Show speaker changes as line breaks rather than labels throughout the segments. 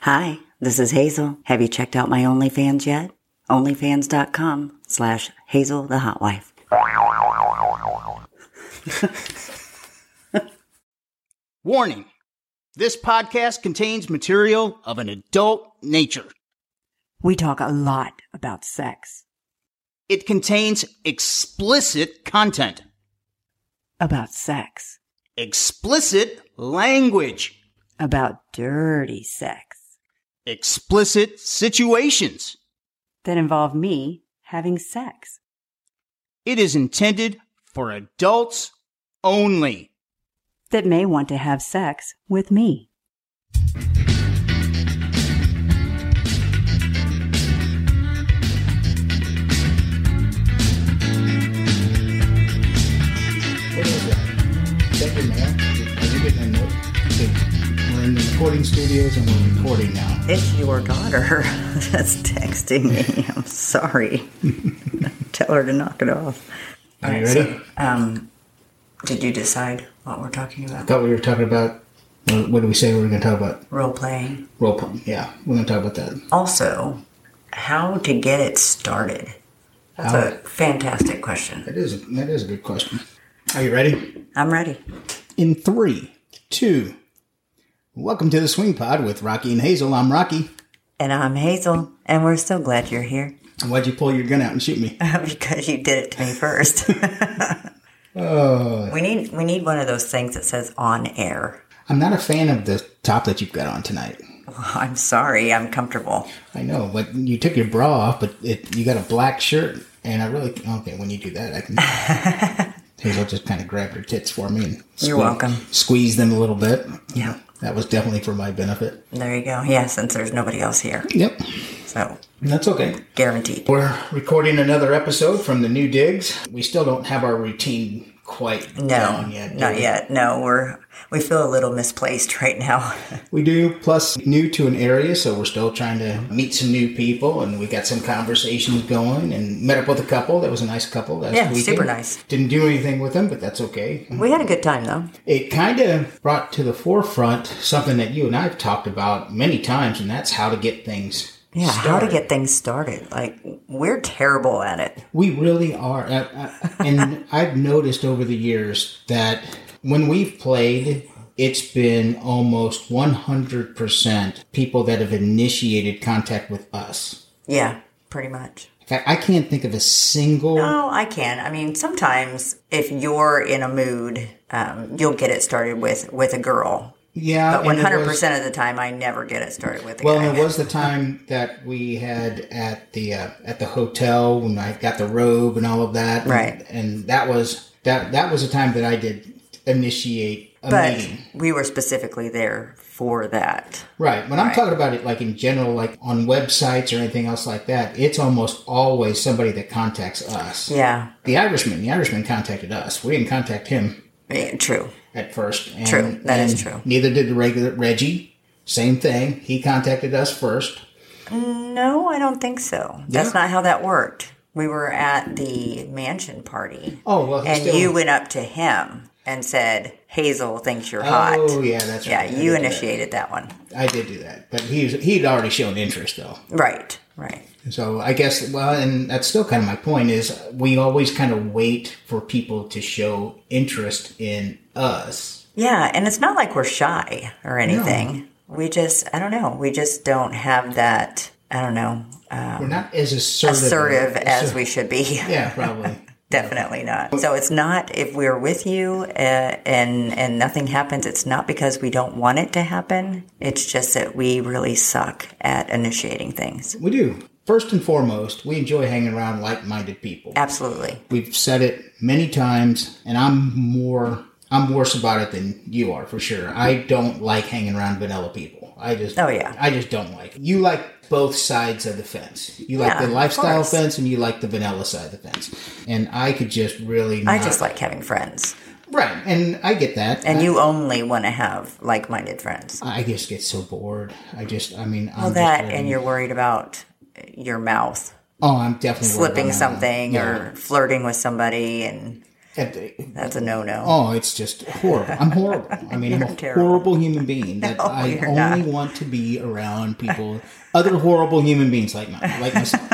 Hi, this is Hazel. Have you checked out my OnlyFans yet? OnlyFans.com slash Hazel the Hot Wife.
Warning this podcast contains material of an adult nature.
We talk a lot about sex,
It contains explicit content,
about sex,
explicit language,
about dirty sex
explicit situations.
that involve me having sex.
It is intended for adults only.
that may want to have sex with me.
What is that? Check your mail. Are you getting a note? Okay, We're in the recording studios and we're recording now.
It's your daughter that's texting me. I'm sorry. Tell her to knock it off.
Are you ready?
Um, did you decide what we're talking
I
about?
thought we were talking about. uh, What did we say we were going to talk about?
Role playing.
Role playing. Yeah, we're going to talk about that.
Also, how to get it started. That's a fantastic question.
That is that is a good question. Are you ready?
I'm ready.
In three, two. Welcome to the Swing Pod with Rocky and Hazel. I'm Rocky.
And I'm Hazel, and we're so glad you're here
Why'd you pull your gun out and shoot me?
because you did it to me first.
Oh,
we need we need one of those things that says on air.
I'm not a fan of the top that you've got on tonight.
I'm sorry, I'm comfortable.
I know, but you took your bra off, but it, you got a black shirt, and I really okay. When you do that, I can. Hazel just kind of grabbed her tits for me. And
You're welcome.
Squeeze them a little bit.
Yeah.
that was definitely for my benefit.
There you go. Yeah, since there's nobody else here.
Yep,
So
that's okay.
guaranteed.
We're recording another episode from the new digs. We still don't have our routine quite
No,
down yet. do
not
we?
yet. No, we're we feel a little misplaced right now.
We do. Plus, new to an area, so we're still trying to meet some new people, and we got some conversations going. And met up with a couple. That was a nice couple. Last
Yeah,
weekend.
super nice.
Didn't do anything with them, but that's okay.
we had a good time though.
It kind of brought to the forefront something that you and I have talked about many times, and that's how to get things.
Yeah, how to
started.
get things started. Like we're terrible at it.
We really are. Uh, uh, and I've noticed over the years that when we've played, it's been almost 100% people that have initiated contact with us.
Yeah, pretty much.
In fact, I can't think of a single.
Oh, I can. I mean, sometimes if you're in a mood, um, you'll get it started with with a girl. But
Yeah. and it was-
100 percent of the time, I never get it started with a
Well,
guy.
and it was the time that we had at the uh, at the hotel when I got the robe and all of that,
Right.
And that was that that was the time that I did initiate a
but
meeting,
we were specifically there for that.
right? When I'm talking about it, like in general, like on websites or anything else like that, it's almost always somebody that contacts us.
Yeah,
The Irishman, the Irishman contacted us. We didn't contact him
Yeah, true.
at first. And,
True. That is
and
true.
Neither did the regular Reggie. Same thing. He contacted us first.
No, I don't think so. That's
Yeah.
not how that worked. We were at the mansion party,
Oh well, he
and
still-
you went up to him and said, "Hazel thinks you're
Oh
hot."
yeah, that's
Yeah,
right. I
you
did do that.
initiated that one.
I did do that, but he was, he'd already shown interest though.
Right. Right.
So I guess well, and that's still kind of my point is we always kind of wait for people to show interest in us.
Yeah, and it's not like we're shy or anything. We just, I don't know, we just don't have that, I don't know, um,
We're not as assertive,
assertive as we should be.
Yeah, probably.
Definitely not. So it's not if we're with you uh, and and nothing happens. It's not because we don't want it to happen. It's just that we really suck at initiating things.
we do. First and foremost, we enjoy hanging around like-minded people.
Absolutely.
We've said it many times, and I'm more I'm worse about it than you are for sure. I don't like hanging around vanilla people. I just
Oh, yeah.
I just don't like. it. You like both sides of the fence. You like
Yeah,
the
of
lifestyle
course.
fence, and you like the vanilla side of the fence. And I could just really
I
not-
just like having friends,
right, and I get that.
and you only want to have like-minded friends.
I just get so bored. I just, I mean, I'm
Well,
just
that
really-
and you're worried about your mouth
oh, I'm definitely worried
slipping
about my mouth.
something
Yeah.
or flirting with somebody and
At the-
That's a no no.
Oh, it's just horrible. I'm horrible. I mean, I'm
You're
a
terrible.
horrible human being. That
No,
I
you're
only
not.
want to be around people, other horrible human beings like my, like myself.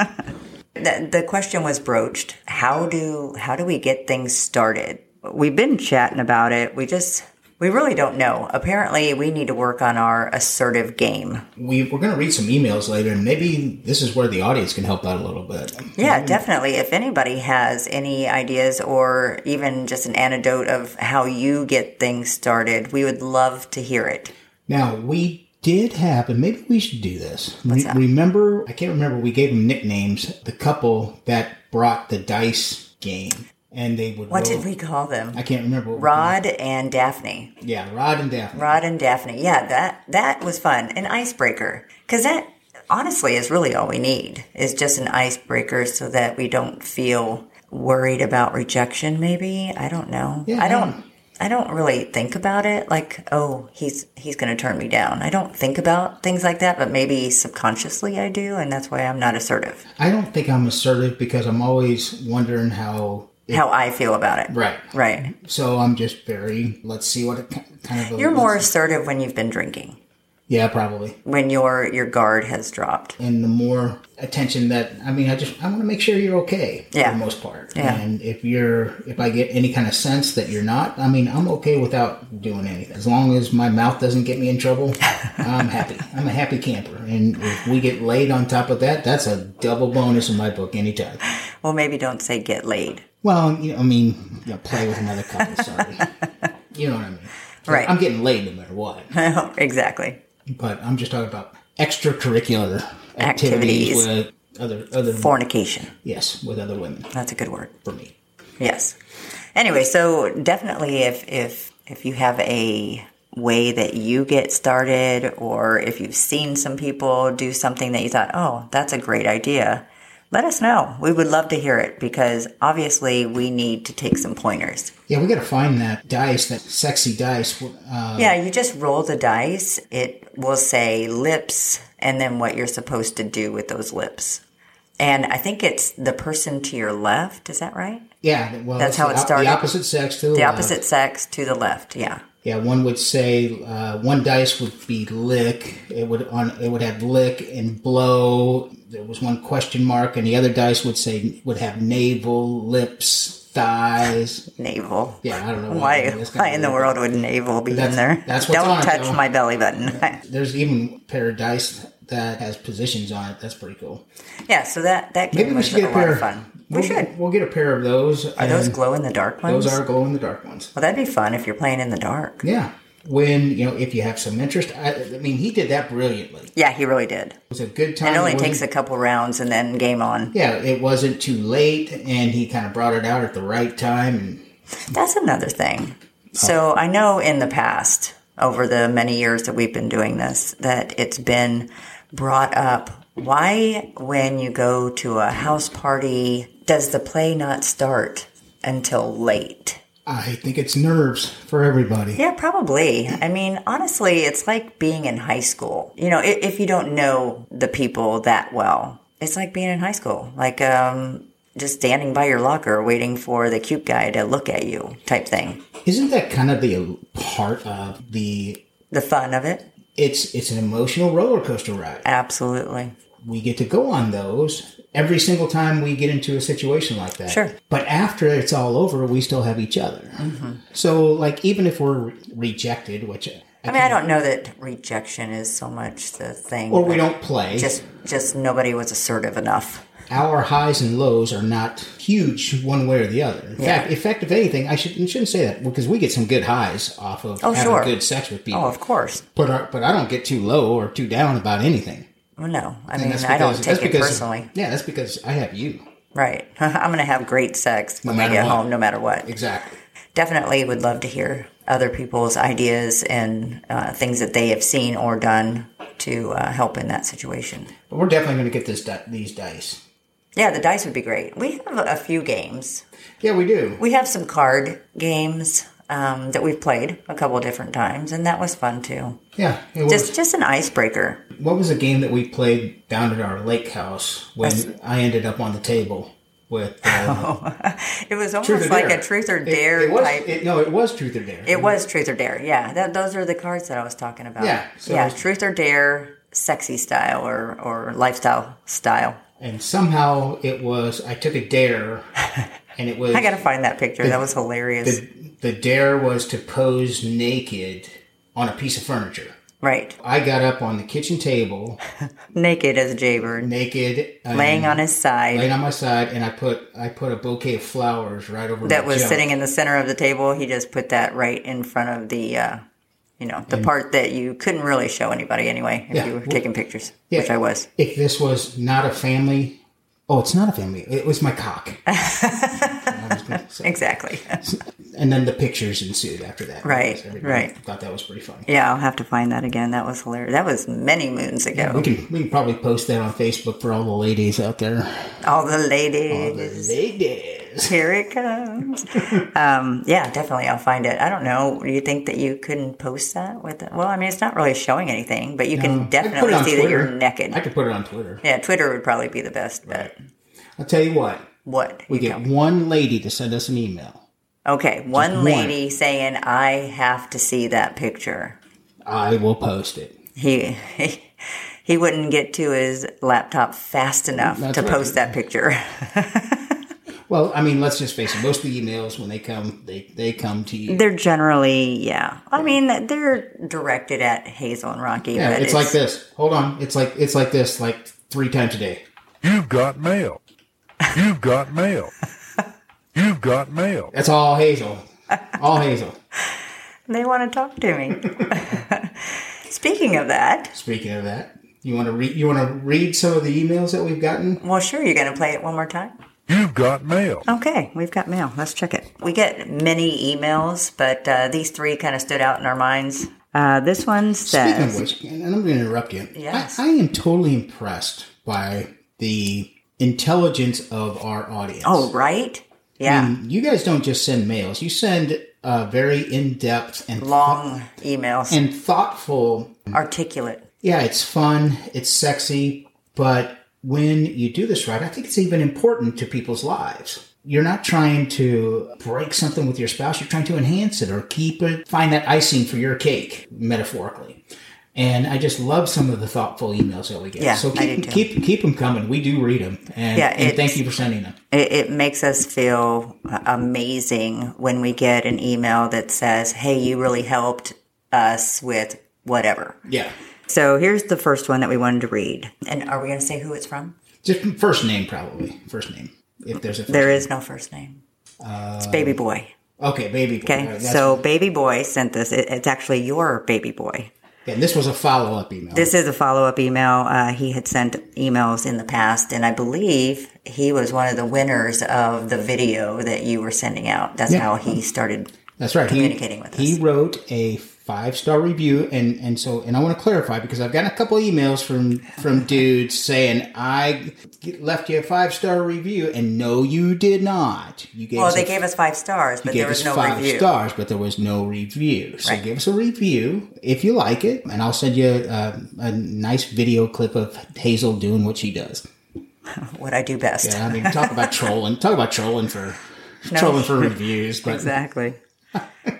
The, the question was broached. How do how do we get things started? We've been chatting about it. We just we really don't know. Apparently, we need to work on our assertive game.
we we're going to read some emails later, and maybe this is where the audience can help out a little bit.
Yeah,
Mm-hmm.
definitely. If anybody has any ideas or even just an anecdote of how you get things started, we would love to hear it.
Now we did have, and maybe we should do this. Re- remember, I can't remember. We gave them nicknames. The couple that brought the dice game, and they would.
What
roll-
did we call them?
I can't remember. what we-
Rod and Daphne.
Yeah, Rod and Daphne.
Rod and Daphne. Yeah, that that was fun. An icebreaker, because that honestly is really all we need is just an icebreaker, so that we don't feel worried about rejection. Maybe I don't know.
Yeah,
I
yeah.
don't. I don't really think about it like, oh, he's he's going to turn me down. I don't think about things like that, but maybe subconsciously I do, and that's why I'm not assertive.
I don't think I'm assertive because I'm always wondering how.
How I feel about it.
Right.
Right.
So I'm just very. Let's see what it ki- kind of.
You're more assertive when you've been drinking,
Yeah, probably.
when your your guard has dropped.
and the more attention that I mean, I just I want to make sure you're okay
Yeah.
for the most part.
Yeah.
And if you're if I get any kind of sense that you're not, I mean, I'm okay without doing anything as long as my mouth doesn't get me in trouble. I'm happy. I'm a happy camper, and if we get laid on top of that, that's a double bonus in my book anytime.
Well, maybe don't say get laid.
Well, you know, I mean, you know, play with another couple. Sorry, you know what I mean.
Right.
I'm getting laid no matter what,
exactly.
but I'm just talking about extracurricular activities,
Activities.
with other other
Fornication.
Yes, with other women
That's a good word.
for me.
Yes. Anyway, so definitely if if if you have a way that you get started or if you've seen some people do something that you thought, "Oh, that's a great idea." Let us know. We would love to hear it because obviously we need to take some pointers.
Yeah, we got to find that dice, that sexy dice. Uh,
Yeah, you just roll the dice. It will say lips and then what you're supposed to do with those lips. And I think it's the person to your left. Is that right?
yeah, well,
That's
it's
how
the
it
op-
started.
The opposite sex Uh, to the,
The
left.
opposite sex to the left. Yeah.
Yeah, one would say uh, one dice would be lick. It would on it would have lick and blow. There was one question mark, and the other dice would say would have navel, lips, thighs.
Navel.
Yeah, I don't know
Why,
that's kinda
why in the
weird.
world would navel be in
That's-
there?
that's what's
Don't
on it,
touch
though.
my belly button.
There's even a pair of dice that has positions on it. That's pretty cool.
yeah, so that that
Maybe
game
we
was
should get
a
a
lot
pair.
of fun. We
we'll,
should.
We'll get a pair of those.
Are those glow in the dark ones?
Those are glow in the dark ones.
Well, that'd be fun if you're playing in the dark.
Yeah. When, you know, if you have some interest, I, I mean, he did that brilliantly. It
Yeah, he really did.
was a good time.
It only
wasn't-
takes a couple rounds and then game on.
Yeah, it wasn't too late, and he kind of brought it out at the right time. And
That's another thing. So I know in the past, over the many years that we've been doing this, that it's been brought up why, when you go to a house party, does the play not start until late?
I think it's nerves for everybody.
Yeah, probably. I mean, honestly, it's like being in high school. You know, if, if you don't know the people that well, it's like being in high school, like um, just standing by your locker waiting for the cute guy to look at you type thing.
Isn't that kind of the part of the?
The fun of it.
It's it's an emotional roller coaster ride.
Absolutely.
we get to go on those every single time we get into a situation like that.
Sure.
But after it's all over, we still have each other. So, like, even if we're re- rejected, which
I mean, I don't know that rejection is so much the thing.
or
but
we don't play,
Just, just nobody was assertive enough.
our highs and lows are not huge one way or the other. In fact, in fact, if anything, I should I shouldn't say that because we get some good highs off of
Oh,
having
sure.
good sex with people.
Oh, of course.
But our, but I don't get too low or too down about anything.
Well, no. I
And
mean, I don't
that's
take it
because-
personally.
Yeah, that's because I have you.
Right. I'm going to have great sex when I
matter
get
what.
home, no matter what.
Exactly.
Definitely would love to hear other people's ideas and uh, things that they have seen or done to uh, help in that situation.
But we're definitely going to get this di- these dice.
Yeah, the dice would be great. We have a few games
Yeah, we do.
We have some card games um, that we've played a couple different times, and that was fun too.
Yeah. It was,
Just just an icebreaker.
what was a game that we played down at our lake house when I ended up on the table? with. Uh,
it was
Truth
almost
or
like
Dare.
a truth or
It-
dare
it was-
type. It,
it- no, it was Truth or Dare.
was truth or dare. Yeah, that, those are the cards that I was talking about.
Yeah, so-
yeah, truth or dare, sexy style or or lifestyle style.
and somehow it was. I took a dare, and it was.
I gotta find that picture. That was hilarious.
the, the dare was to pose naked on a piece of furniture.
right,
I got up on the kitchen table,
naked as a jaybird,
naked, and
laying on his side.
Mm-hmm. laying on my side, and I put I put a bouquet of flowers right over
that
my
was
junk.
sitting in the center of the table. He just put that right in front of the, uh, you know, the part that you couldn't really show anybody anyway if
Mm. Yeah.
you were taking pictures,
Yeah.
which I was.
If this was not a family, oh, it's not a family. It was my cock. I was gonna say.
Exactly.
and then the pictures ensued after that.
Right,
Because everybody
right.
Thought that was pretty funny.
yeah, I'll have to find that again. That was hilarious. That was many moons
We
ago.
can we can probably post that on Facebook for all the ladies out there.
All the
Mm-hmm. All
ladies.
the ladies.
Here it comes. um, yeah, definitely. I'll find it. I don't know. Do you think that you couldn't post that with? The, well, I mean, it's not really showing anything, but you
Um, I
can
could put
definitely
it on
see that you're
Twitter.
naked.
I could put it on Twitter.
yeah, Twitter would probably be the best bet.
I'll tell you what.
What?
We get one lady to send us an email.
Okay, one lady saying, "I have to see that picture."
I will post it.
He he, he wouldn't get to his laptop fast enough
That's
to
right.
post that picture.
Well, I mean, let's just face it. Most of the emails when they come, they they come to you.
they're generally, yeah. I mean, they're directed at Hazel and Rocky.
Yeah,
but
it's, like this. Hold on. It's like it's like this. Like three times a day.
You've got mail. You've got mail. You've got mail.
That's all Hazel. All Hazel.
they want to talk to me. Speaking of that,
Speaking of that, you want to read? You want to read some of the emails that we've gotten?
well, sure, you're going to play it one more time.
You've got mail.
Okay, we've got mail. Let's check it. We get many emails, but uh, these three kind of stood out in our minds. Uh, this one says.
Speaking of which, and I'm going to interrupt you.
Yes.
I, I am totally impressed by the intelligence of our audience.
Oh, right? Yeah.
you guys don't just send mails. You send uh, very in depth and
Long emails.
and thoughtful
Articulate.
yeah, it's fun, it's sexy, but when you do this right, I think it's even important to people's lives. You're not trying to break something with your spouse, you're trying to enhance it or keep it, find that icing for your cake, metaphorically. And I just love some of the thoughtful emails that we get.
Yeah,
so
I
keep,
do too.
keep keep them coming. We do read them, and,
Yeah,
and thank
it's-
you for sending them.
It, it makes us feel uh, amazing when we get an email that says, hey, you really helped us with whatever.
Yeah,
So here's the first one that we wanted to read. And are we going to say who it's from?
just first name probably first name. If there's a first
There
name.
is no first name. it's Baby Boy.
Uh, okay, baby. boy. All
Okay.
right, that's-
so Baby Boy sent this. It, it's actually your Baby Boy.
and this was a follow up email.
This is a follow up email. Uh, he had sent emails in the past, and I believe he was one of the winners of the video that you were sending out. That's
Yeah.
how he started.
That's right.
communicating
he,
with
He
us.
wrote a five star review, and and so and I want to clarify because I've gotten a couple emails from from dudes saying I left you a five star review, and no, you did not. You gave
Well,
us
they
a-
gave us five stars, but
you
there
gave us
was no
five
review.
stars, but there was no review. So
Right.
give us a review if you like it, and I'll send you a, a nice video clip of Hazel doing what she does.
What I do best.
Yeah, I mean, talk about trolling. Talk about trolling for trolling for reviews, but
Exactly.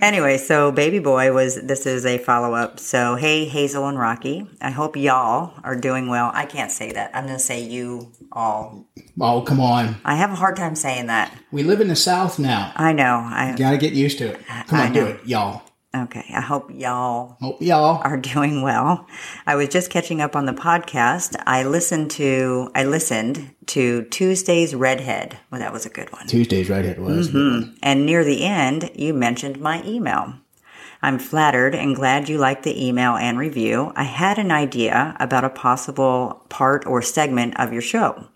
anyway, so Baby Boy was this is a follow up. So, hey, Hazel and Rocky, I hope y'all are doing well. I can't say that. I'm going to say you all.
oh come on,
I have a hard time saying that.
we live in the South now.
I know. I
Gotta get used to it. Come
I
on, do
know.
it, y'all.
okay. I hope y'all
Hope y'all.
are doing well. I was just catching up on the podcast. I listened to I listened to Tuesday's Redhead. Well, that was a good one.
Tuesday's right hit was.
Mm-hmm. And near the end, you mentioned my email. I'm flattered and glad you liked the email and review. I had an idea about a possible part or segment of your show.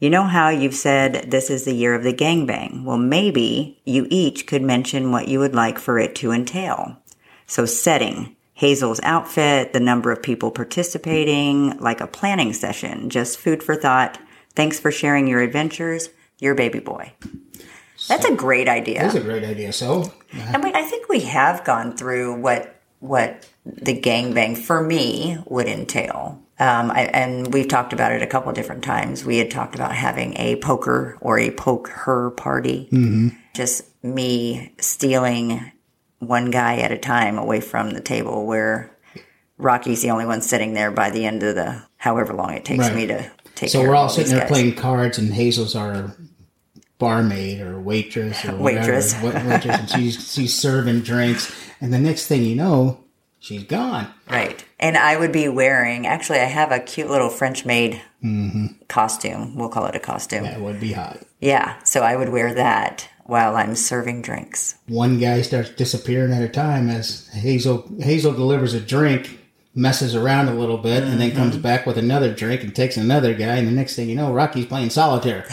You know how you've said this is the year of the gangbang? Well, maybe you each could mention what you would like for it to entail. So, setting, Hazel's outfit, the number of people participating, like a planning session, just food for thought. Thanks for sharing your adventures, your baby boy. That's a great idea.
That's a great idea. So,
I mean, I think we have gone through what what the gangbang for me would entail. Um, I, and we've talked about it a couple different times. We had talked about having a poker or a poke her party.
Mm-hmm.
Just me stealing one guy at a time away from the table where Rocky's the only one sitting there by the end of the however long it takes
Right.
me to take
So
care
we're
of
all sitting
these
there
guys.
playing cards, and Hazel's our barmaid or waitress or whatever,
Waitress.
wa- waitress, and she's she's serving drinks. And the next thing you know, she's gone.
Right. And I would be wearing, actually, I have a cute little French maid
Mm-hmm.
costume. We'll call it a costume.
That would be hot.
Yeah. So I would wear that while I'm serving drinks.
One guy starts disappearing at a time as Hazel Hazel delivers a drink, messes around a little bit, and then
Mm-hmm.
comes back with another drink and takes another guy. And the next thing you know, Rocky's playing solitaire.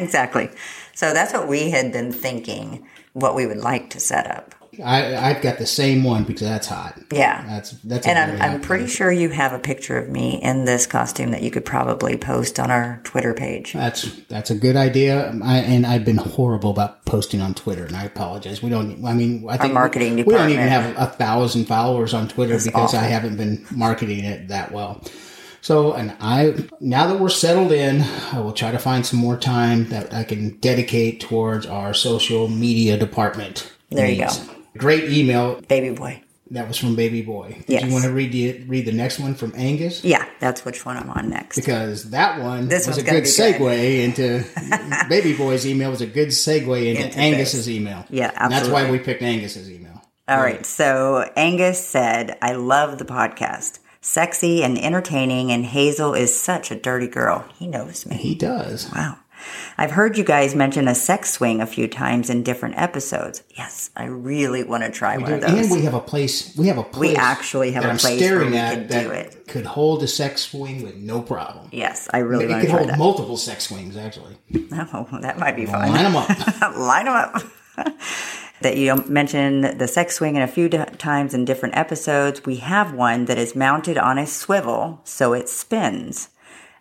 exactly. So that's what we had been thinking, what we would like to set up.
I I've got the same one because that's hot.
Yeah.
That's that's a
and
really
I'm,
hot
I'm pretty
place.
sure you have a picture of me in this costume that you could probably post on our Twitter page.
That's that's a good idea. I, and I've been horrible about posting on Twitter, and I apologize. We don't. I mean, I think
marketing
we, we don't even
department.
have a thousand followers on Twitter because
awful.
I haven't been marketing it that well. So, and I now that we're settled in, I will try to find some more time that I can dedicate towards our social media department.
There you
needs.
go.
Great email
Baby boy.
that was from Baby Boy. Did you
Yes.
want to read the read the next one from Angus?
Yeah, that's which one I'm on next.
because that one
This
was
one's
a
gonna
good
be
segue
good.
into Baby Boy's email was a good segue into,
Into
Angus's email.
Yeah,
And that's why
absolutely.
we picked Angus's email.
All right. So Angus said, I love the podcast. Sexy and entertaining, and Hazel is such a dirty girl. He knows me.
He does.
Wow. I've heard you guys mention a sex swing a few times in different episodes. Yes, I really want to try one of
And
those.
we have a place. We have a place.
actually have
that
a
I'm
place where
staring
we
at
could
that
do it.
could hold a sex swing with no problem.
yes, I really
it
want to
could
try
hold
that.
multiple sex swings actually.
Oh, that might be fun.
Line them up.
Line them up. that you mentioned the sex swing in a few di- times in different episodes. We have one that is mounted on a swivel, so it spins.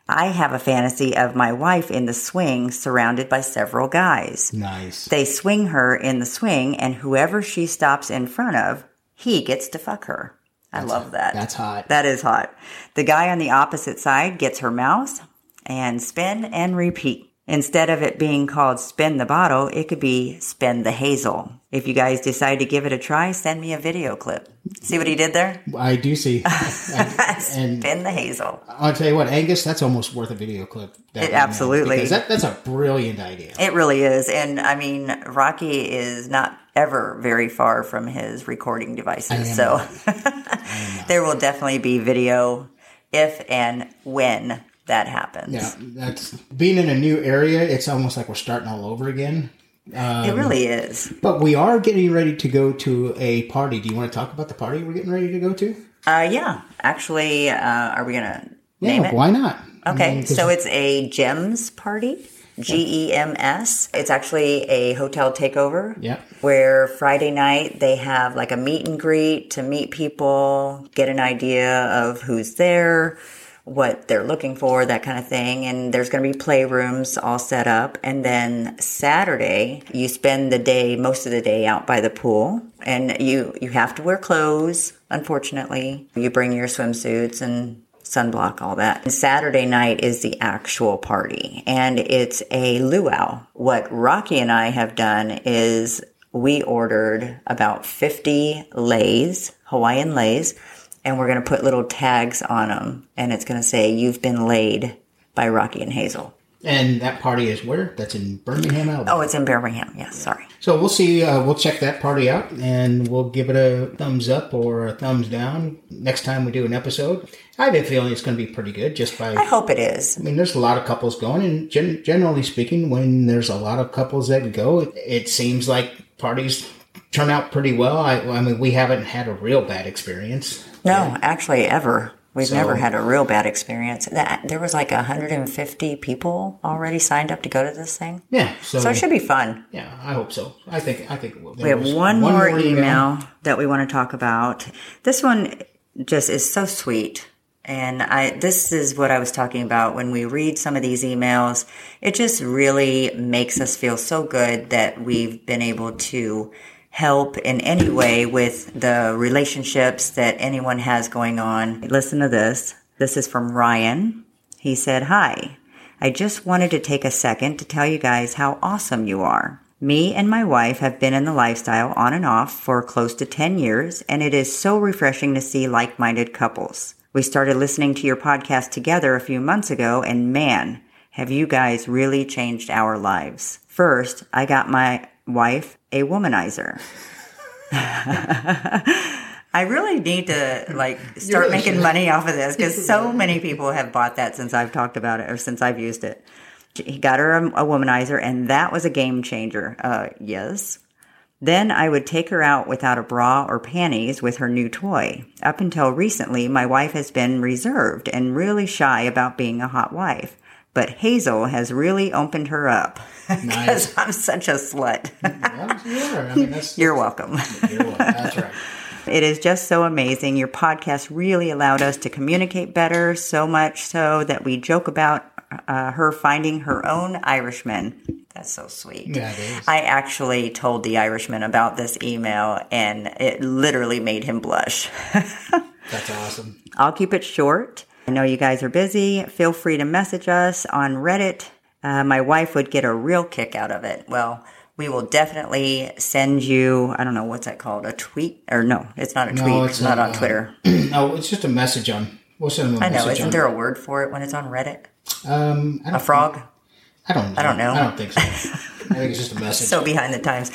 I have a fantasy of my wife in the swing surrounded by several guys.
nice.
They swing her in the swing, and whoever she stops in front of, he gets to fuck her. I love that.
That's hot.
That is hot. The guy on the opposite side gets her mouse and spin and repeat. Instead of it being called spin the bottle, it could be spin the hazel. If you guys decide to give it a try, send me a video clip. See what he did there?
I do see. I- and
Spin the hazel.
I'll tell you what, Angus, that's almost worth a video clip. that
It
email,
absolutely-
because that, that's a brilliant idea.
It really is. And I mean, Rocky is not ever very far from his recording devices. So there will definitely be video if and when that happens.
Yeah, that's being in a new area. It's almost like we're starting all over again.
It really is.
But we are getting ready to go to a party. Do you want to talk about the party we're getting ready to go to?
Uh, yeah. Actually, uh, are we going to name
yeah,
it?
why not?
Okay.
I mean, 'cause
so it's a GEMS party. G E M S. It's actually a hotel takeover.
Yep.
Where Friday night they have like a meet and greet to meet people, get an idea of who's there, what they're looking for, that kind of thing. And there's going to be playrooms all set up. And then Saturday, you spend the day, most of the day out by the pool. And you, you have to wear clothes, unfortunately. You bring your swimsuits and sunblock, all that. And Saturday night is the actual party, and it's a luau. What Rocky and I have done is we ordered about 50 lays, Hawaiian lays, and we're going to put little tags on them, and it's going to say, You've been laid by Rocky and Hazel.
and that party is where? That's in Birmingham, Alabama.
Oh, it's in Birmingham. Yes, sorry.
So we'll see. Uh, we'll check that party out, and we'll give it a thumbs up or a thumbs down next time we do an episode. I have a feeling it's going to be pretty good, just by
I hope it is.
I mean, there's a lot of couples going, and gen- generally speaking, when there's a lot of couples that go, it, it seems like parties turn out pretty well. I, I mean, we haven't had a real bad experience.
No, actually, ever. We've
So-
never had a real bad experience. That there was like 150 people already signed up to go to this thing.
Yeah, so,
So it should be fun.
yeah, I hope so. I think I think it will.
We have one, more, email that we want to talk about. This one just is so sweet. And I this is what I was talking about when we read some of these emails. It just really makes us feel so good that we've been able to help in any way with the relationships that anyone has going on. Listen to this. This is from Ryan. He said, Hi, I just wanted to take a second to tell you guys how awesome you are. Me and my wife have been in the lifestyle on and off for close to 10 years, and it is so refreshing to see like minded couples. We started listening to your podcast together a few months ago, and man, have you guys really changed our lives. First, I got my wife a womanizer. I really need to like start
really
making
should.
money off of this because so many people have bought that since I've talked about it or since I've used it. He got her a, a womanizer, and that was a game changer. Uh, yes. Then I would take her out without a bra or panties with her new toy. Up until recently, my wife has been reserved and really shy about being a hot wife. But Hazel has really opened her up because I'm such a slut.
Well, yeah, I mean, that's,
You're welcome.
you're welcome. That's right.
It is just so amazing. Your podcast really allowed us to communicate better, so much so that we joke about uh, her finding her own Irishman. That's so sweet.
Yeah, it is.
I actually told the Irishman about this email and it literally made him blush.
That's awesome.
I'll keep it short. I know you guys are busy. Feel free to message us on Reddit. Uh, my wife would get a real kick out of it. Well, we will definitely send you, I don't know, what's that called? A tweet? Or no, it's not a tweet.
it's
It's not on
not, uh,
Twitter.
no, it's just a message on. We'll send them a
I know.
message
Isn't
on.
there a word for it when it's on Reddit?
um, I
A
don't,
frog?
I don't. Know.
I don't know.
I don't think so. I think it's just a message.
So behind the times.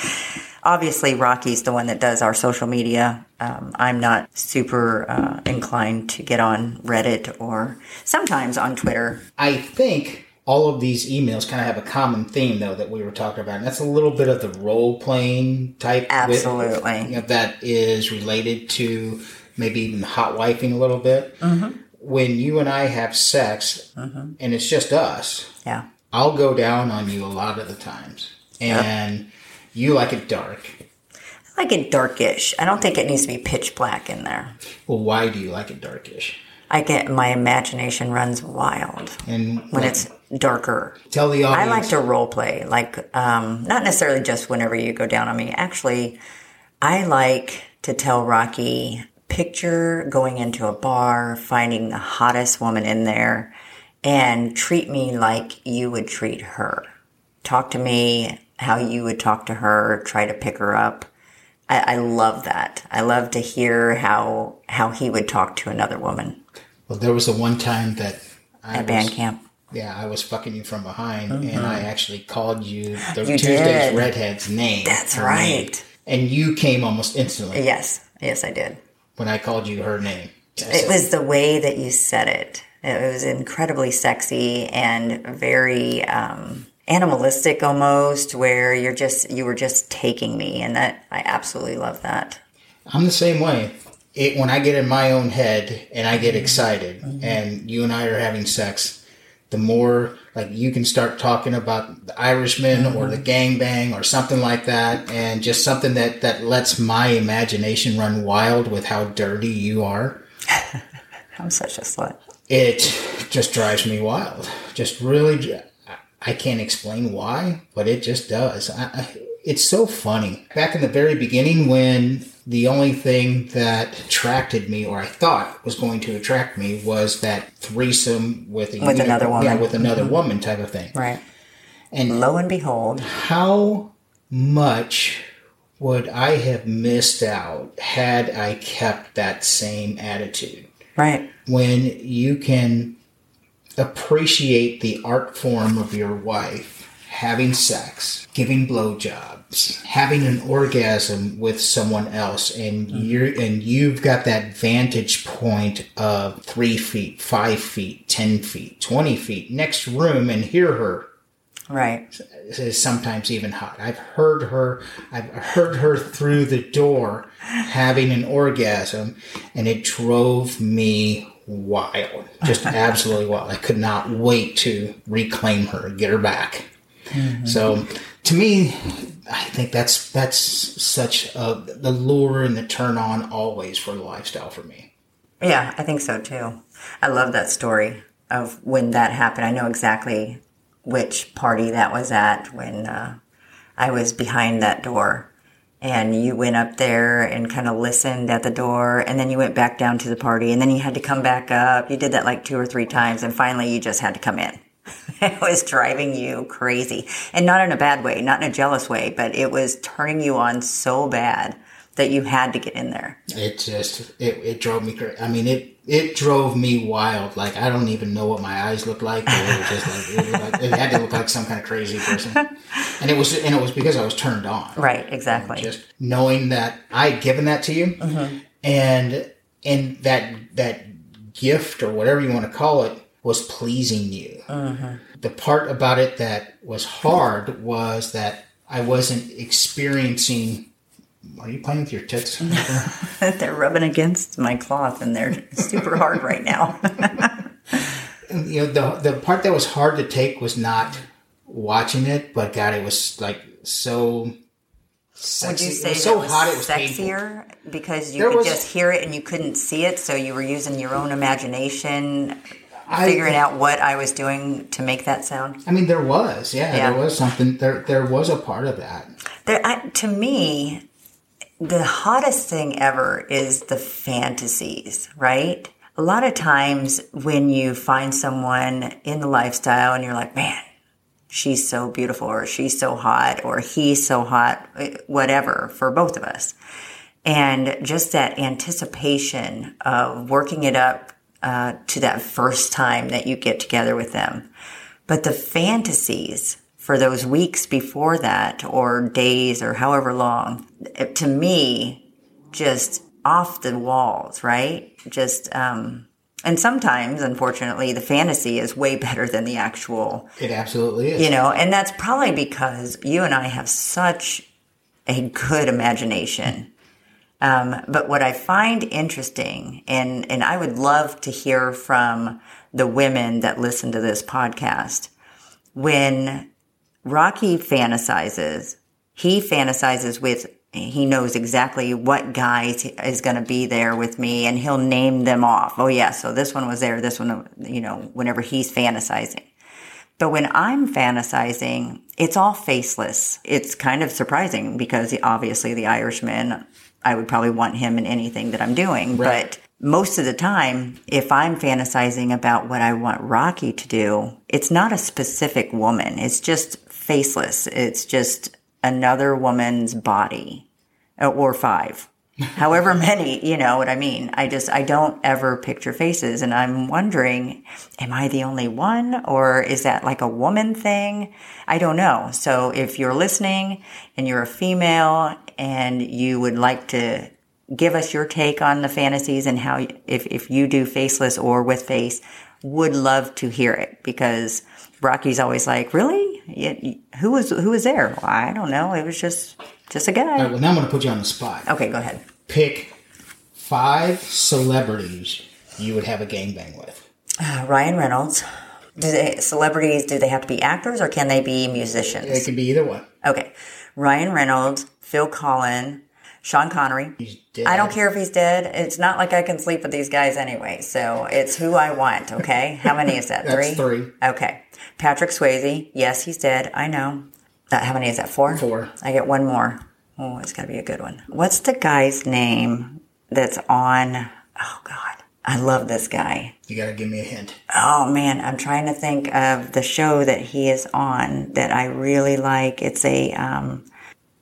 Obviously, Rocky's the one that does our social media. Um, I'm not super uh, inclined to get on Reddit or sometimes on Twitter.
I think all of these emails kind of have a common theme, though, that we were talking about. And that's a little bit of the role playing type. with-
Absolutely.
you know, that is related to maybe even hot wifing a little bit.
Mm-hmm.
When you and I have sex and it's just us,
Yeah.
I'll go down on you a lot of the times. And you like it dark.
I like it darkish. I don't think it needs to be pitch black in there.
Well, why do you like it darkish?
I get my imagination runs wild
And
when
like,
it's darker.
tell the
I
audience.
like to role play, like um, not necessarily just whenever you go down on me. Actually, I like to tell Rocky picture going into a bar, finding the hottest woman in there, and treat me like you would treat her. Talk to me how you would talk to her. Try to pick her up. I, I love that. I love to hear how how he would talk to another woman
Well, there was the one time that I
at
was-
band camp.
Yeah, I was fucking you from behind, and I actually called you the
You
Tuesday's
did.
redhead's name.
That's
her name.
right.
And you came almost instantly
Yes, yes, I did.
when I called you her name. I
It
said,
was the way that you said it. It was incredibly sexy and very um, animalistic, almost. Where you're just you were just taking me, and that I absolutely love that.
I'm the same way. It when I get in my own head and I get excited, and you and I are having sex. The more like you can start talking about the Irishman or the gangbang or something like that, and just something that that lets my imagination run wild with how dirty you are.
I'm such a slut.
it just drives me wild. Just really, I can't explain why, but it just does. I, I, it's so funny. Back in the very beginning, when the only thing that attracted me, or I thought was going to attract me, was that threesome with, a
With another woman. Mm-hmm.
yeah, with another woman type of thing.
Right.
And
Lo and behold,
how much would I have missed out had I kept that same attitude?
right.
when you can appreciate the art form of your wife having sex, giving blowjobs, having an orgasm with someone else, and you're and you've got that vantage point of three feet, five feet, ten feet, twenty feet, next room, and hear her
Right.
is sometimes even hot. I've heard her. I've heard her through the door having an orgasm, and it drove me wild, just absolutely wild. I could not wait to reclaim her, get her back. So, to me, I think that's that's such a, the lure and the turn on always for the lifestyle for me.
Yeah, I think so too. I love that story of when that happened. I know exactly which party that was at when uh, I was behind that door and you went up there and kind of listened at the door and then you went back down to the party and then you had to come back up. You did that like two or three times and finally you just had to come in. it was driving you crazy and not in a bad way, not in a jealous way, but it was turning you on so bad that you had to get in there.
It just it, it drove me crazy. I mean it it drove me wild. Like I don't even know what my eyes looked like. but It was just like it, was like- it had to look like some kind of crazy person. And it was and it was because I was turned on.
Right, exactly.
Just knowing that I had given that to you, and and that that gift or whatever you want to call it was pleasing you. The part about it that was hard was that I wasn't experiencing. Are you playing with your tits?
They're rubbing against my cloth and they're super hard right now.
you know the the part that was hard to take was not watching it, but God, it was like so
Would
sexy.
you say
it was so
that was
hot, it was painful.
sexier because you
There
could
was-
just hear it and you couldn't see it, so you were using your own imagination,
I-
figuring out what I was doing to make that sound.
I mean, there was, yeah,
Yeah.
there was something. There, there was a part of that.
There, I, to me, the hottest thing ever is the fantasies, right? A lot of times when you find someone in the lifestyle and you're like, man, she's so beautiful or she's so hot or he's so hot, eh, whatever, for both of us. And just that anticipation of working it up uh, to that first time that you get together with them. But the fantasies for those weeks before that or days or however long, eh, to me, just off the walls, right? Just, um, and sometimes, unfortunately, the fantasy is way better than the actual
It absolutely is.
you know and that's probably because you and i have such a good imagination um, but what i find interesting and and i would love to hear from the women that listen to this podcast when rocky fantasizes he fantasizes with he knows exactly what guy is going to be there with me and he'll name them off oh yeah so this one was there this one you know whenever he's fantasizing but when I'm fantasizing, it's all faceless. It's kind of surprising because obviously the Irishman, I would probably want him in anything that I'm doing. But most of the time, if I'm fantasizing about what I want Rocky to do, it's not a specific woman. It's just faceless. It's just another woman's body uh, or five. However many, you know what I mean. I just, I don't ever picture faces. And I'm wondering, am I the only one or is that like a woman thing? I don't know. So if you're listening and you're a female and you would like to give us your take on the fantasies and how, if, if you do faceless or with face, would love to hear it because Rocky's always like, really? Y- y- Who was, who was there? Well, I don't know. It was just, just a guy.
All right, well, now I'm going to put you on the spot.
Okay, go ahead.
Pick five celebrities you would have a gangbang with.
Uh, Ryan Reynolds. Do they, celebrities, do they have to be actors or can they be
It
musicians?
could be either one.
Okay. Ryan Reynolds, Phil Collin, Sean Connery.
dead.
I don't care if he's dead. It's not like I can sleep with these guys anyway. So it's who I want, okay? How many is that? three?
That's three.
Okay. Patrick Swayze. Yes, he's dead. I know. That, how many is that? Four?
Four.
I get one more. Oh, it's got to be a good one. What's the guy's name that's on? Oh, God. I love this guy.
You got to give me a hint.
Oh man, I'm trying to think of the show that he is on that I really like. It's a um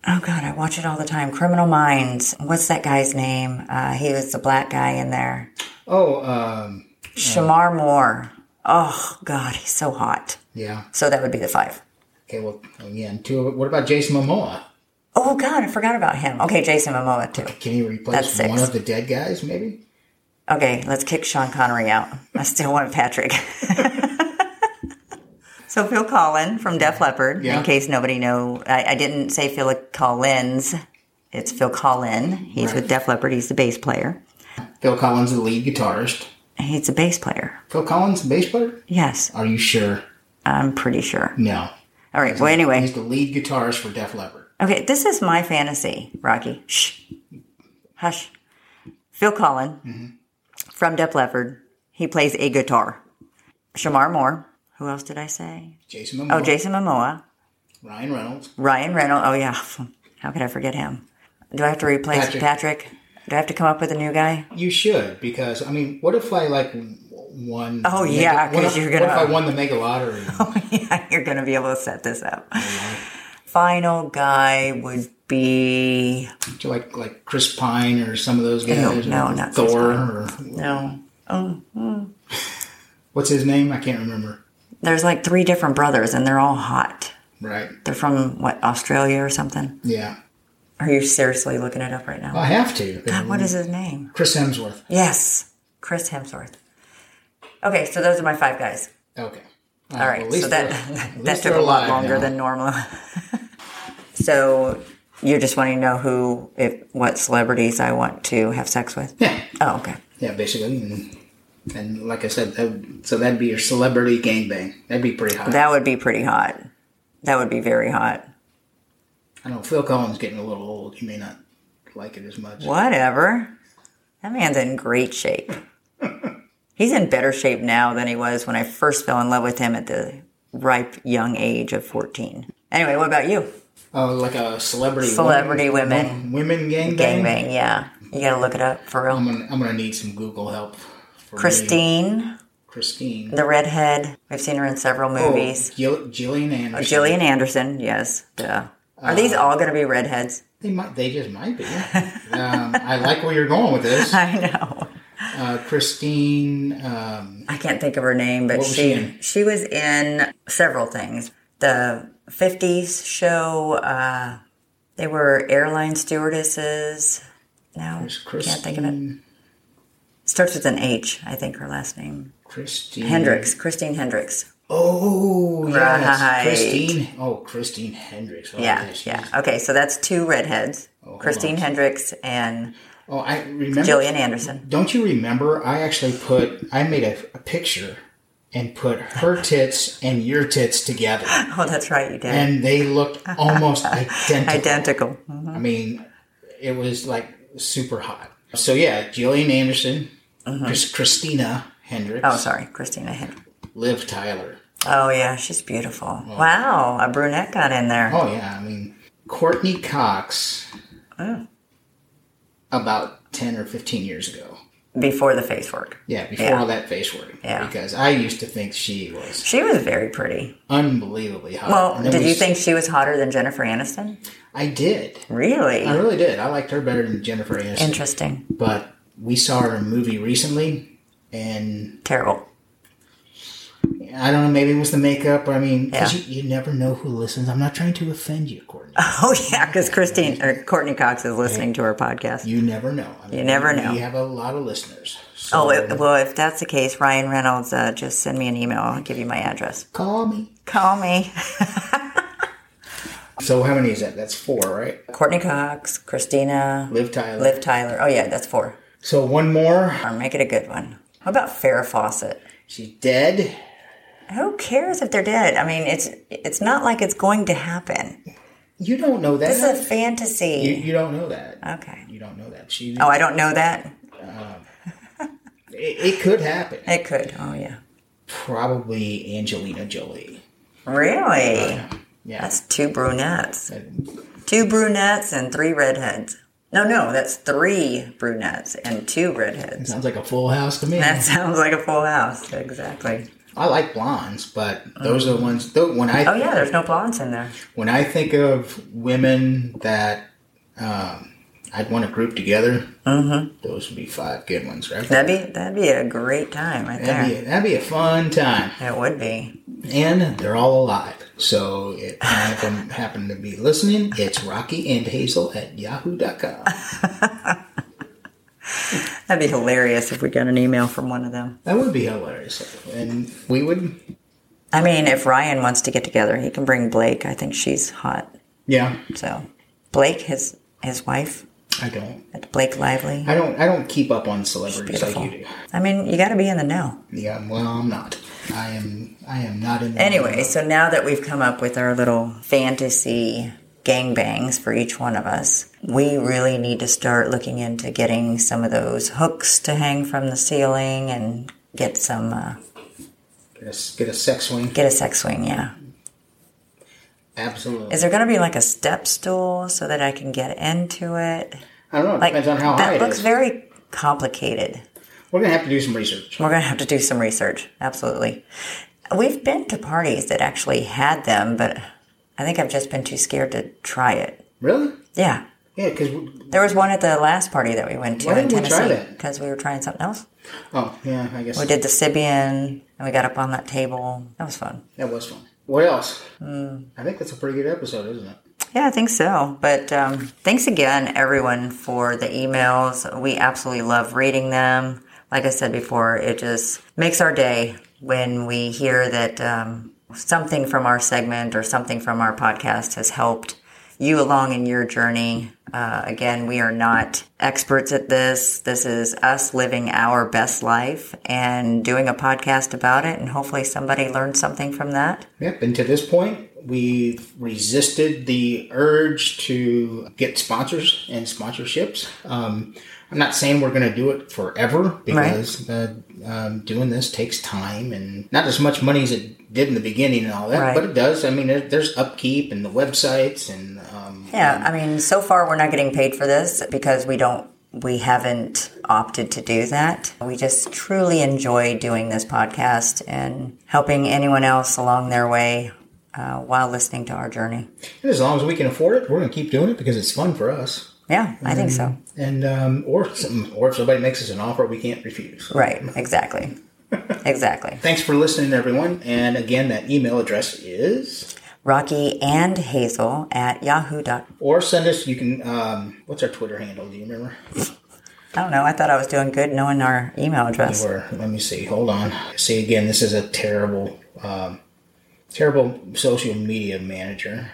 oh god, I watch it all the time. Criminal Minds. What's that guy's name? Uh he was the black guy in there.
Oh, um,
Shamar Moore. Oh god, he's so hot.
yeah.
So that would be the five.
Okay, well, again, two of it. What about Jason Momoa?
Oh god, I forgot about him. Okay, Jason Momoa too.
Can you
That's
replace
six.
one of the dead guys, maybe?
Okay, let's kick Sean Connery out. I still want Patrick. so Phil Collin from Def Leppard,
Yeah.
in case nobody know, I, I didn't say Phil Collins. It's Phil Collin. He's
Right.
with Def Leppard. He's the bass player.
Phil Collins, the lead guitarist.
He's a bass player.
Phil Collins, the bass player?
Yes,
Are you sure?
I'm pretty sure.
No.
All right. Well, anyway,
He's the lead guitarist for Def Leppard.
okay. This is my fantasy, Rocky. Shh, hush. Phil Collin
Mm-hmm.
from Def Leppard. He plays a guitar. Shamar Moore. Who else did I say?
Jason Momoa.
Oh, Jason Momoa,
Ryan Reynolds.
Ryan Reynolds. Oh yeah, how could I forget him? Do I have to replace Patrick.
Patrick.
Do I have to come up with a new guy?
You should because I mean, what if I like won?
Oh, yeah,
what
'cause
if-
you're gonna-
What if I won the mega lottery?
Oh, yeah, you're going to be able to set this up. Final guy would be
Do you like like Chris Pine or some of those guys? or
no, not Chris
Thor
Pine.
or
no.
what's his name? I can't remember.
There's like three different brothers, and they're all hot.
Right?
They're from what Australia or something.
Yeah,
Are you seriously looking it up right now?
I have to.
What is his name?
Chris Hemsworth?
Yes, Chris Hemsworth. Okay, so those are my five guys.
Okay.
All right, so that that took a lot longer than normal. so you're just wanting to know who, if what celebrities I want to have sex with?
Yeah,
Oh, okay.
yeah, basically. And, and like I said, that, would- so that'd be your celebrity gangbang. That'd be pretty hot.
That would be pretty hot. That would be very hot.
I know Phil Collins getting a little old. He may not like it as much.
Whatever. That man's in great shape. He's in better shape now than he was when I first fell in love with him at the ripe young age of 14. Anyway, what about you?
Oh, like a celebrity.
Celebrity
woman-
women.
Women gangbang.
Gang bang, yeah. You gotta look it up for
I'm
real.
gonna, I'm gonna need some Google help. For me.
Christine,
Christine.
the redhead. We've seen her in several movies. Oh,
Oh, Gill- Gillian Anderson.
Gillian Anderson, yes. Duh. Are these all gonna be redheads?
They might. They just might be. um, I like where you're going with this.
I know.
Uh, Christine. Um,
I can't think of her name, but
What was
she
she in?
she was in several things. The '50s show. Uh, they were airline stewardesses. No,
there's Christine.
can't think of it. Starts with an H, I think her last name.
Christine
Hendricks, Christine Hendricks.
Oh, yes.
Right.
Christine. Oh, Christine Hendricks. Oh,
Yeah,
she's-
yeah. Okay, so that's two redheads:
Oh, hold
Christine
on.
Hendricks and
Oh, I remember.
Gillian Anderson.
Don't you remember? I actually put. I made a, a picture and put her tits and your tits together,
Oh, that's right, you did.
and they looked almost identical.
Identical.
I mean, it was like super hot. So yeah, Gillian Anderson, Chris, Christina Hendricks,
Mm-hmm. Oh, sorry, Christina Hendricks.
Liv Tyler.
Oh yeah, she's beautiful. Wow, a brunette got in there.
Oh yeah, I mean Courtney Cox.
Oh.
About ten or fifteen years ago.
before the face work.
Yeah, before
Yeah.
all that face work.
Yeah.
Because I used to think she was
She was very pretty.
unbelievably hot.
Well,
And then
did
we-
you think she was hotter than Jennifer Aniston?
I did.
Really?
I really did. I liked her better than Jennifer Aniston.
Interesting.
But we saw her in a movie recently, and
Terrible.
I don't know. Maybe it was the makeup. Or, I mean, 'cause
Yeah.
you, you never know who listens. I'm not trying to offend you, Courtney.
Oh yeah, because Christine or Courtney Cox is listening to her podcast.
you never know. I mean,
never know.
We have a lot of listeners. So
Oh it, well, if that's the case, Ryan Reynolds, uh, just send me an email. I'll give you my address.
call me.
Call me.
So how many is that? That's four, right?
Courtney Cox, Christina,
Liv Tyler.
Liv Tyler. Oh yeah, that's four.
So one more.
Or make it a good one. How about Farrah Fawcett?
She's dead.
Who cares if they're dead? I mean, it's it's not like it's going to happen.
You don't know that.
This is a
you,
fantasy.
you don't know that.
Okay.
You don't know that. She.
Oh, I don't know that.
It, it could happen.
It could. Oh yeah.
Probably Angelina Jolie.
Really?
Yeah.
That's two brunettes.
And
Two brunettes and three redheads. No, no, that's three brunettes and two redheads.
Sounds like a full house to me.
That sounds like a full house. Exactly.
I like blondes, but those are the ones. Though when I
Oh yeah, there's no blondes in there.
when I think of women that um, I'd want to group together,
Mm-hmm.
those would be five good ones, right?
That'd be that'd be a great time right
That'd
there.
be, that'd be a fun time.
It would be.
And they're all alive. So it, and if I'm happen to be listening, it's Rocky and Hazel at yahoo.com.
That'd be hilarious if we got an email from one of them.
That would be hilarious. And we would,
I mean, if Ryan wants to get together, he can bring Blake. I think she's hot.
yeah,
So Blake, his his wife,
I don't.
Blake Lively.
I don't. I don't keep up on celebrities like you do.
I mean, you got to be in the know.
Yeah. Well, I'm not. I am. I am not in. the-
Anyway, so now that we've come up with our little fantasy gangbangs for each one of us, we really need to start looking into getting some of those hooks to hang from the ceiling and get some uh,
Get a, get a sex swing.
get a sex swing. Yeah,
Absolutely.
Is there going to be like a step stool so that I can get into it?
I don't know. It
Like
depends on how high
that
it
looks
is.
very complicated.
We're gonna have to do some research.
We're going to have to do some research. Absolutely. We've been to parties that actually had them, but I think I've just been too scared to try it.
Really?
Yeah.
Yeah, because
There was one at the last party that we went to
Why
in
didn't we try
Tennessee
that?
because we were trying something else.
oh yeah, I guess
We did the Sibian and we got up on that table. That was fun.
that was fun. What else?
Hmm.
I think that's a pretty good episode, isn't it?
Yeah, I think so. But um, thanks again, everyone, for the emails. We absolutely love reading them. Like I said before, it just makes our day when we hear that um, something from our segment or something from our podcast has helped you along in your journey. Uh, again, we are not experts at this. This is us living our best life and doing a podcast about it. And hopefully, somebody learned something from that.
Yep, and to this point, we've resisted the urge to get sponsors and sponsorships. Um, I'm not saying we're going to do it forever because uh, um, doing this takes time and not as much money as it did in the beginning and all that,
Right.
but it does. I mean, there, there's upkeep and the websites and um,
Yeah, I mean, so far we're not getting paid for this because we don't we haven't opted to do that. We just truly enjoy doing this podcast and helping anyone else along their way uh, while listening to our journey.
and as long as we can afford it, we're going to keep doing it because it's fun for us.
Yeah, I think so.
And um, or some, or if somebody makes us an offer, we can't refuse.
Right, exactly. Exactly.
Thanks for listening, everyone. And again, that email address is.
Rocky and Hazel at yahoo. dot.
Or send us, you can, um, what's our Twitter handle? Do you remember?
I don't know. I thought I was doing good knowing our email address.
Or let me see, hold on. See, again, this is a terrible, um, terrible social media manager.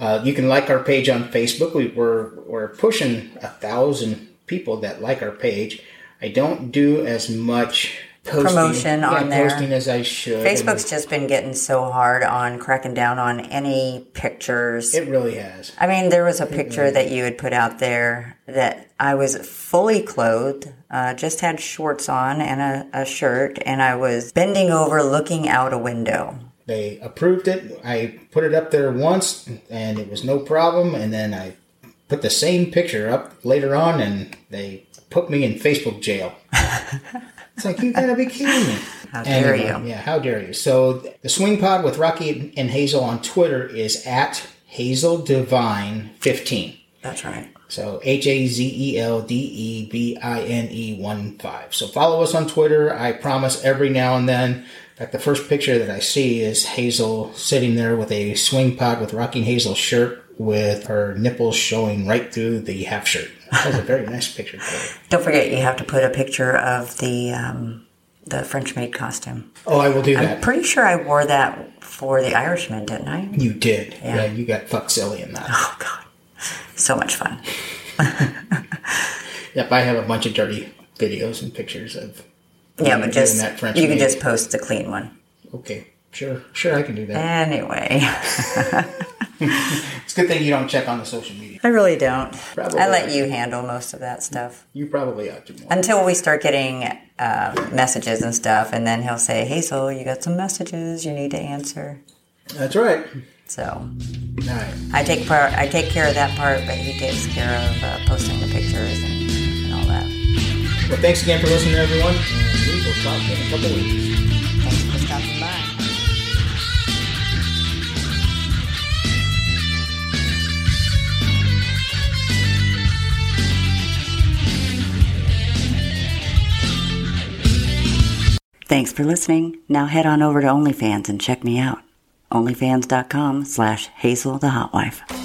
Uh, you can like our page on Facebook. We, we're, we're pushing a thousand people that like our page. I don't do as much posting,
Promotion
yeah,
on there.
posting as I should.
Facebook's just been getting so hard on cracking down on any pictures.
It really has.
I mean, there was a picture that you had put out there that I was fully clothed, uh, just had shorts on and a, a shirt, and I was bending over looking out a window.
They approved it. I put it up there once, and it was no problem. And then I put the same picture up later on, and they put me in Facebook jail. it's like you gotta be kidding me!
How dare you?
Yeah, how dare you? So the Swing Pod with Rocky and Hazel on Twitter is at Hazel Divine fifteen.
That's right.
So H A Z E L D E B I N E one five. So follow us on Twitter. I promise every now and then. In fact, the first picture that I see is Hazel sitting there with a swing pod with Rocking Hazel shirt with her nipples showing right through the half shirt. That's a very nice picture.
Don't forget, you have to put a picture of the um, the French maid costume.
Oh, I will do
I'm
that.
pretty sure I wore that for the Irishman, didn't I?
you did. Yeah. you got fuck silly in that.
Oh God, so much fun.
yep, I have a bunch of dirty videos and pictures of.
Yeah,
doing
but just
that French
you can
maid.
just post the clean one.
Okay, sure, sure, I can do
Eh.
that.
Anyway,
It's a good thing you don't check on the social media.
I really don't.
Probably.
I let you handle most of that stuff.
You probably ought to more.
until we start getting uh, messages and stuff, and then he'll say, "Hazel, you got some messages you need to answer."
That's right.
So
All right.
I take part, I take care of that part, but he takes care of uh, posting the pictures and, and all that.
Well, thanks again for listening, everyone. And we will talk in a couple weeks.
Thanks for stopping by. Thanks for listening. Now head on over to OnlyFans and check me out. OnlyFans.com slash Hazel the Hot Wife.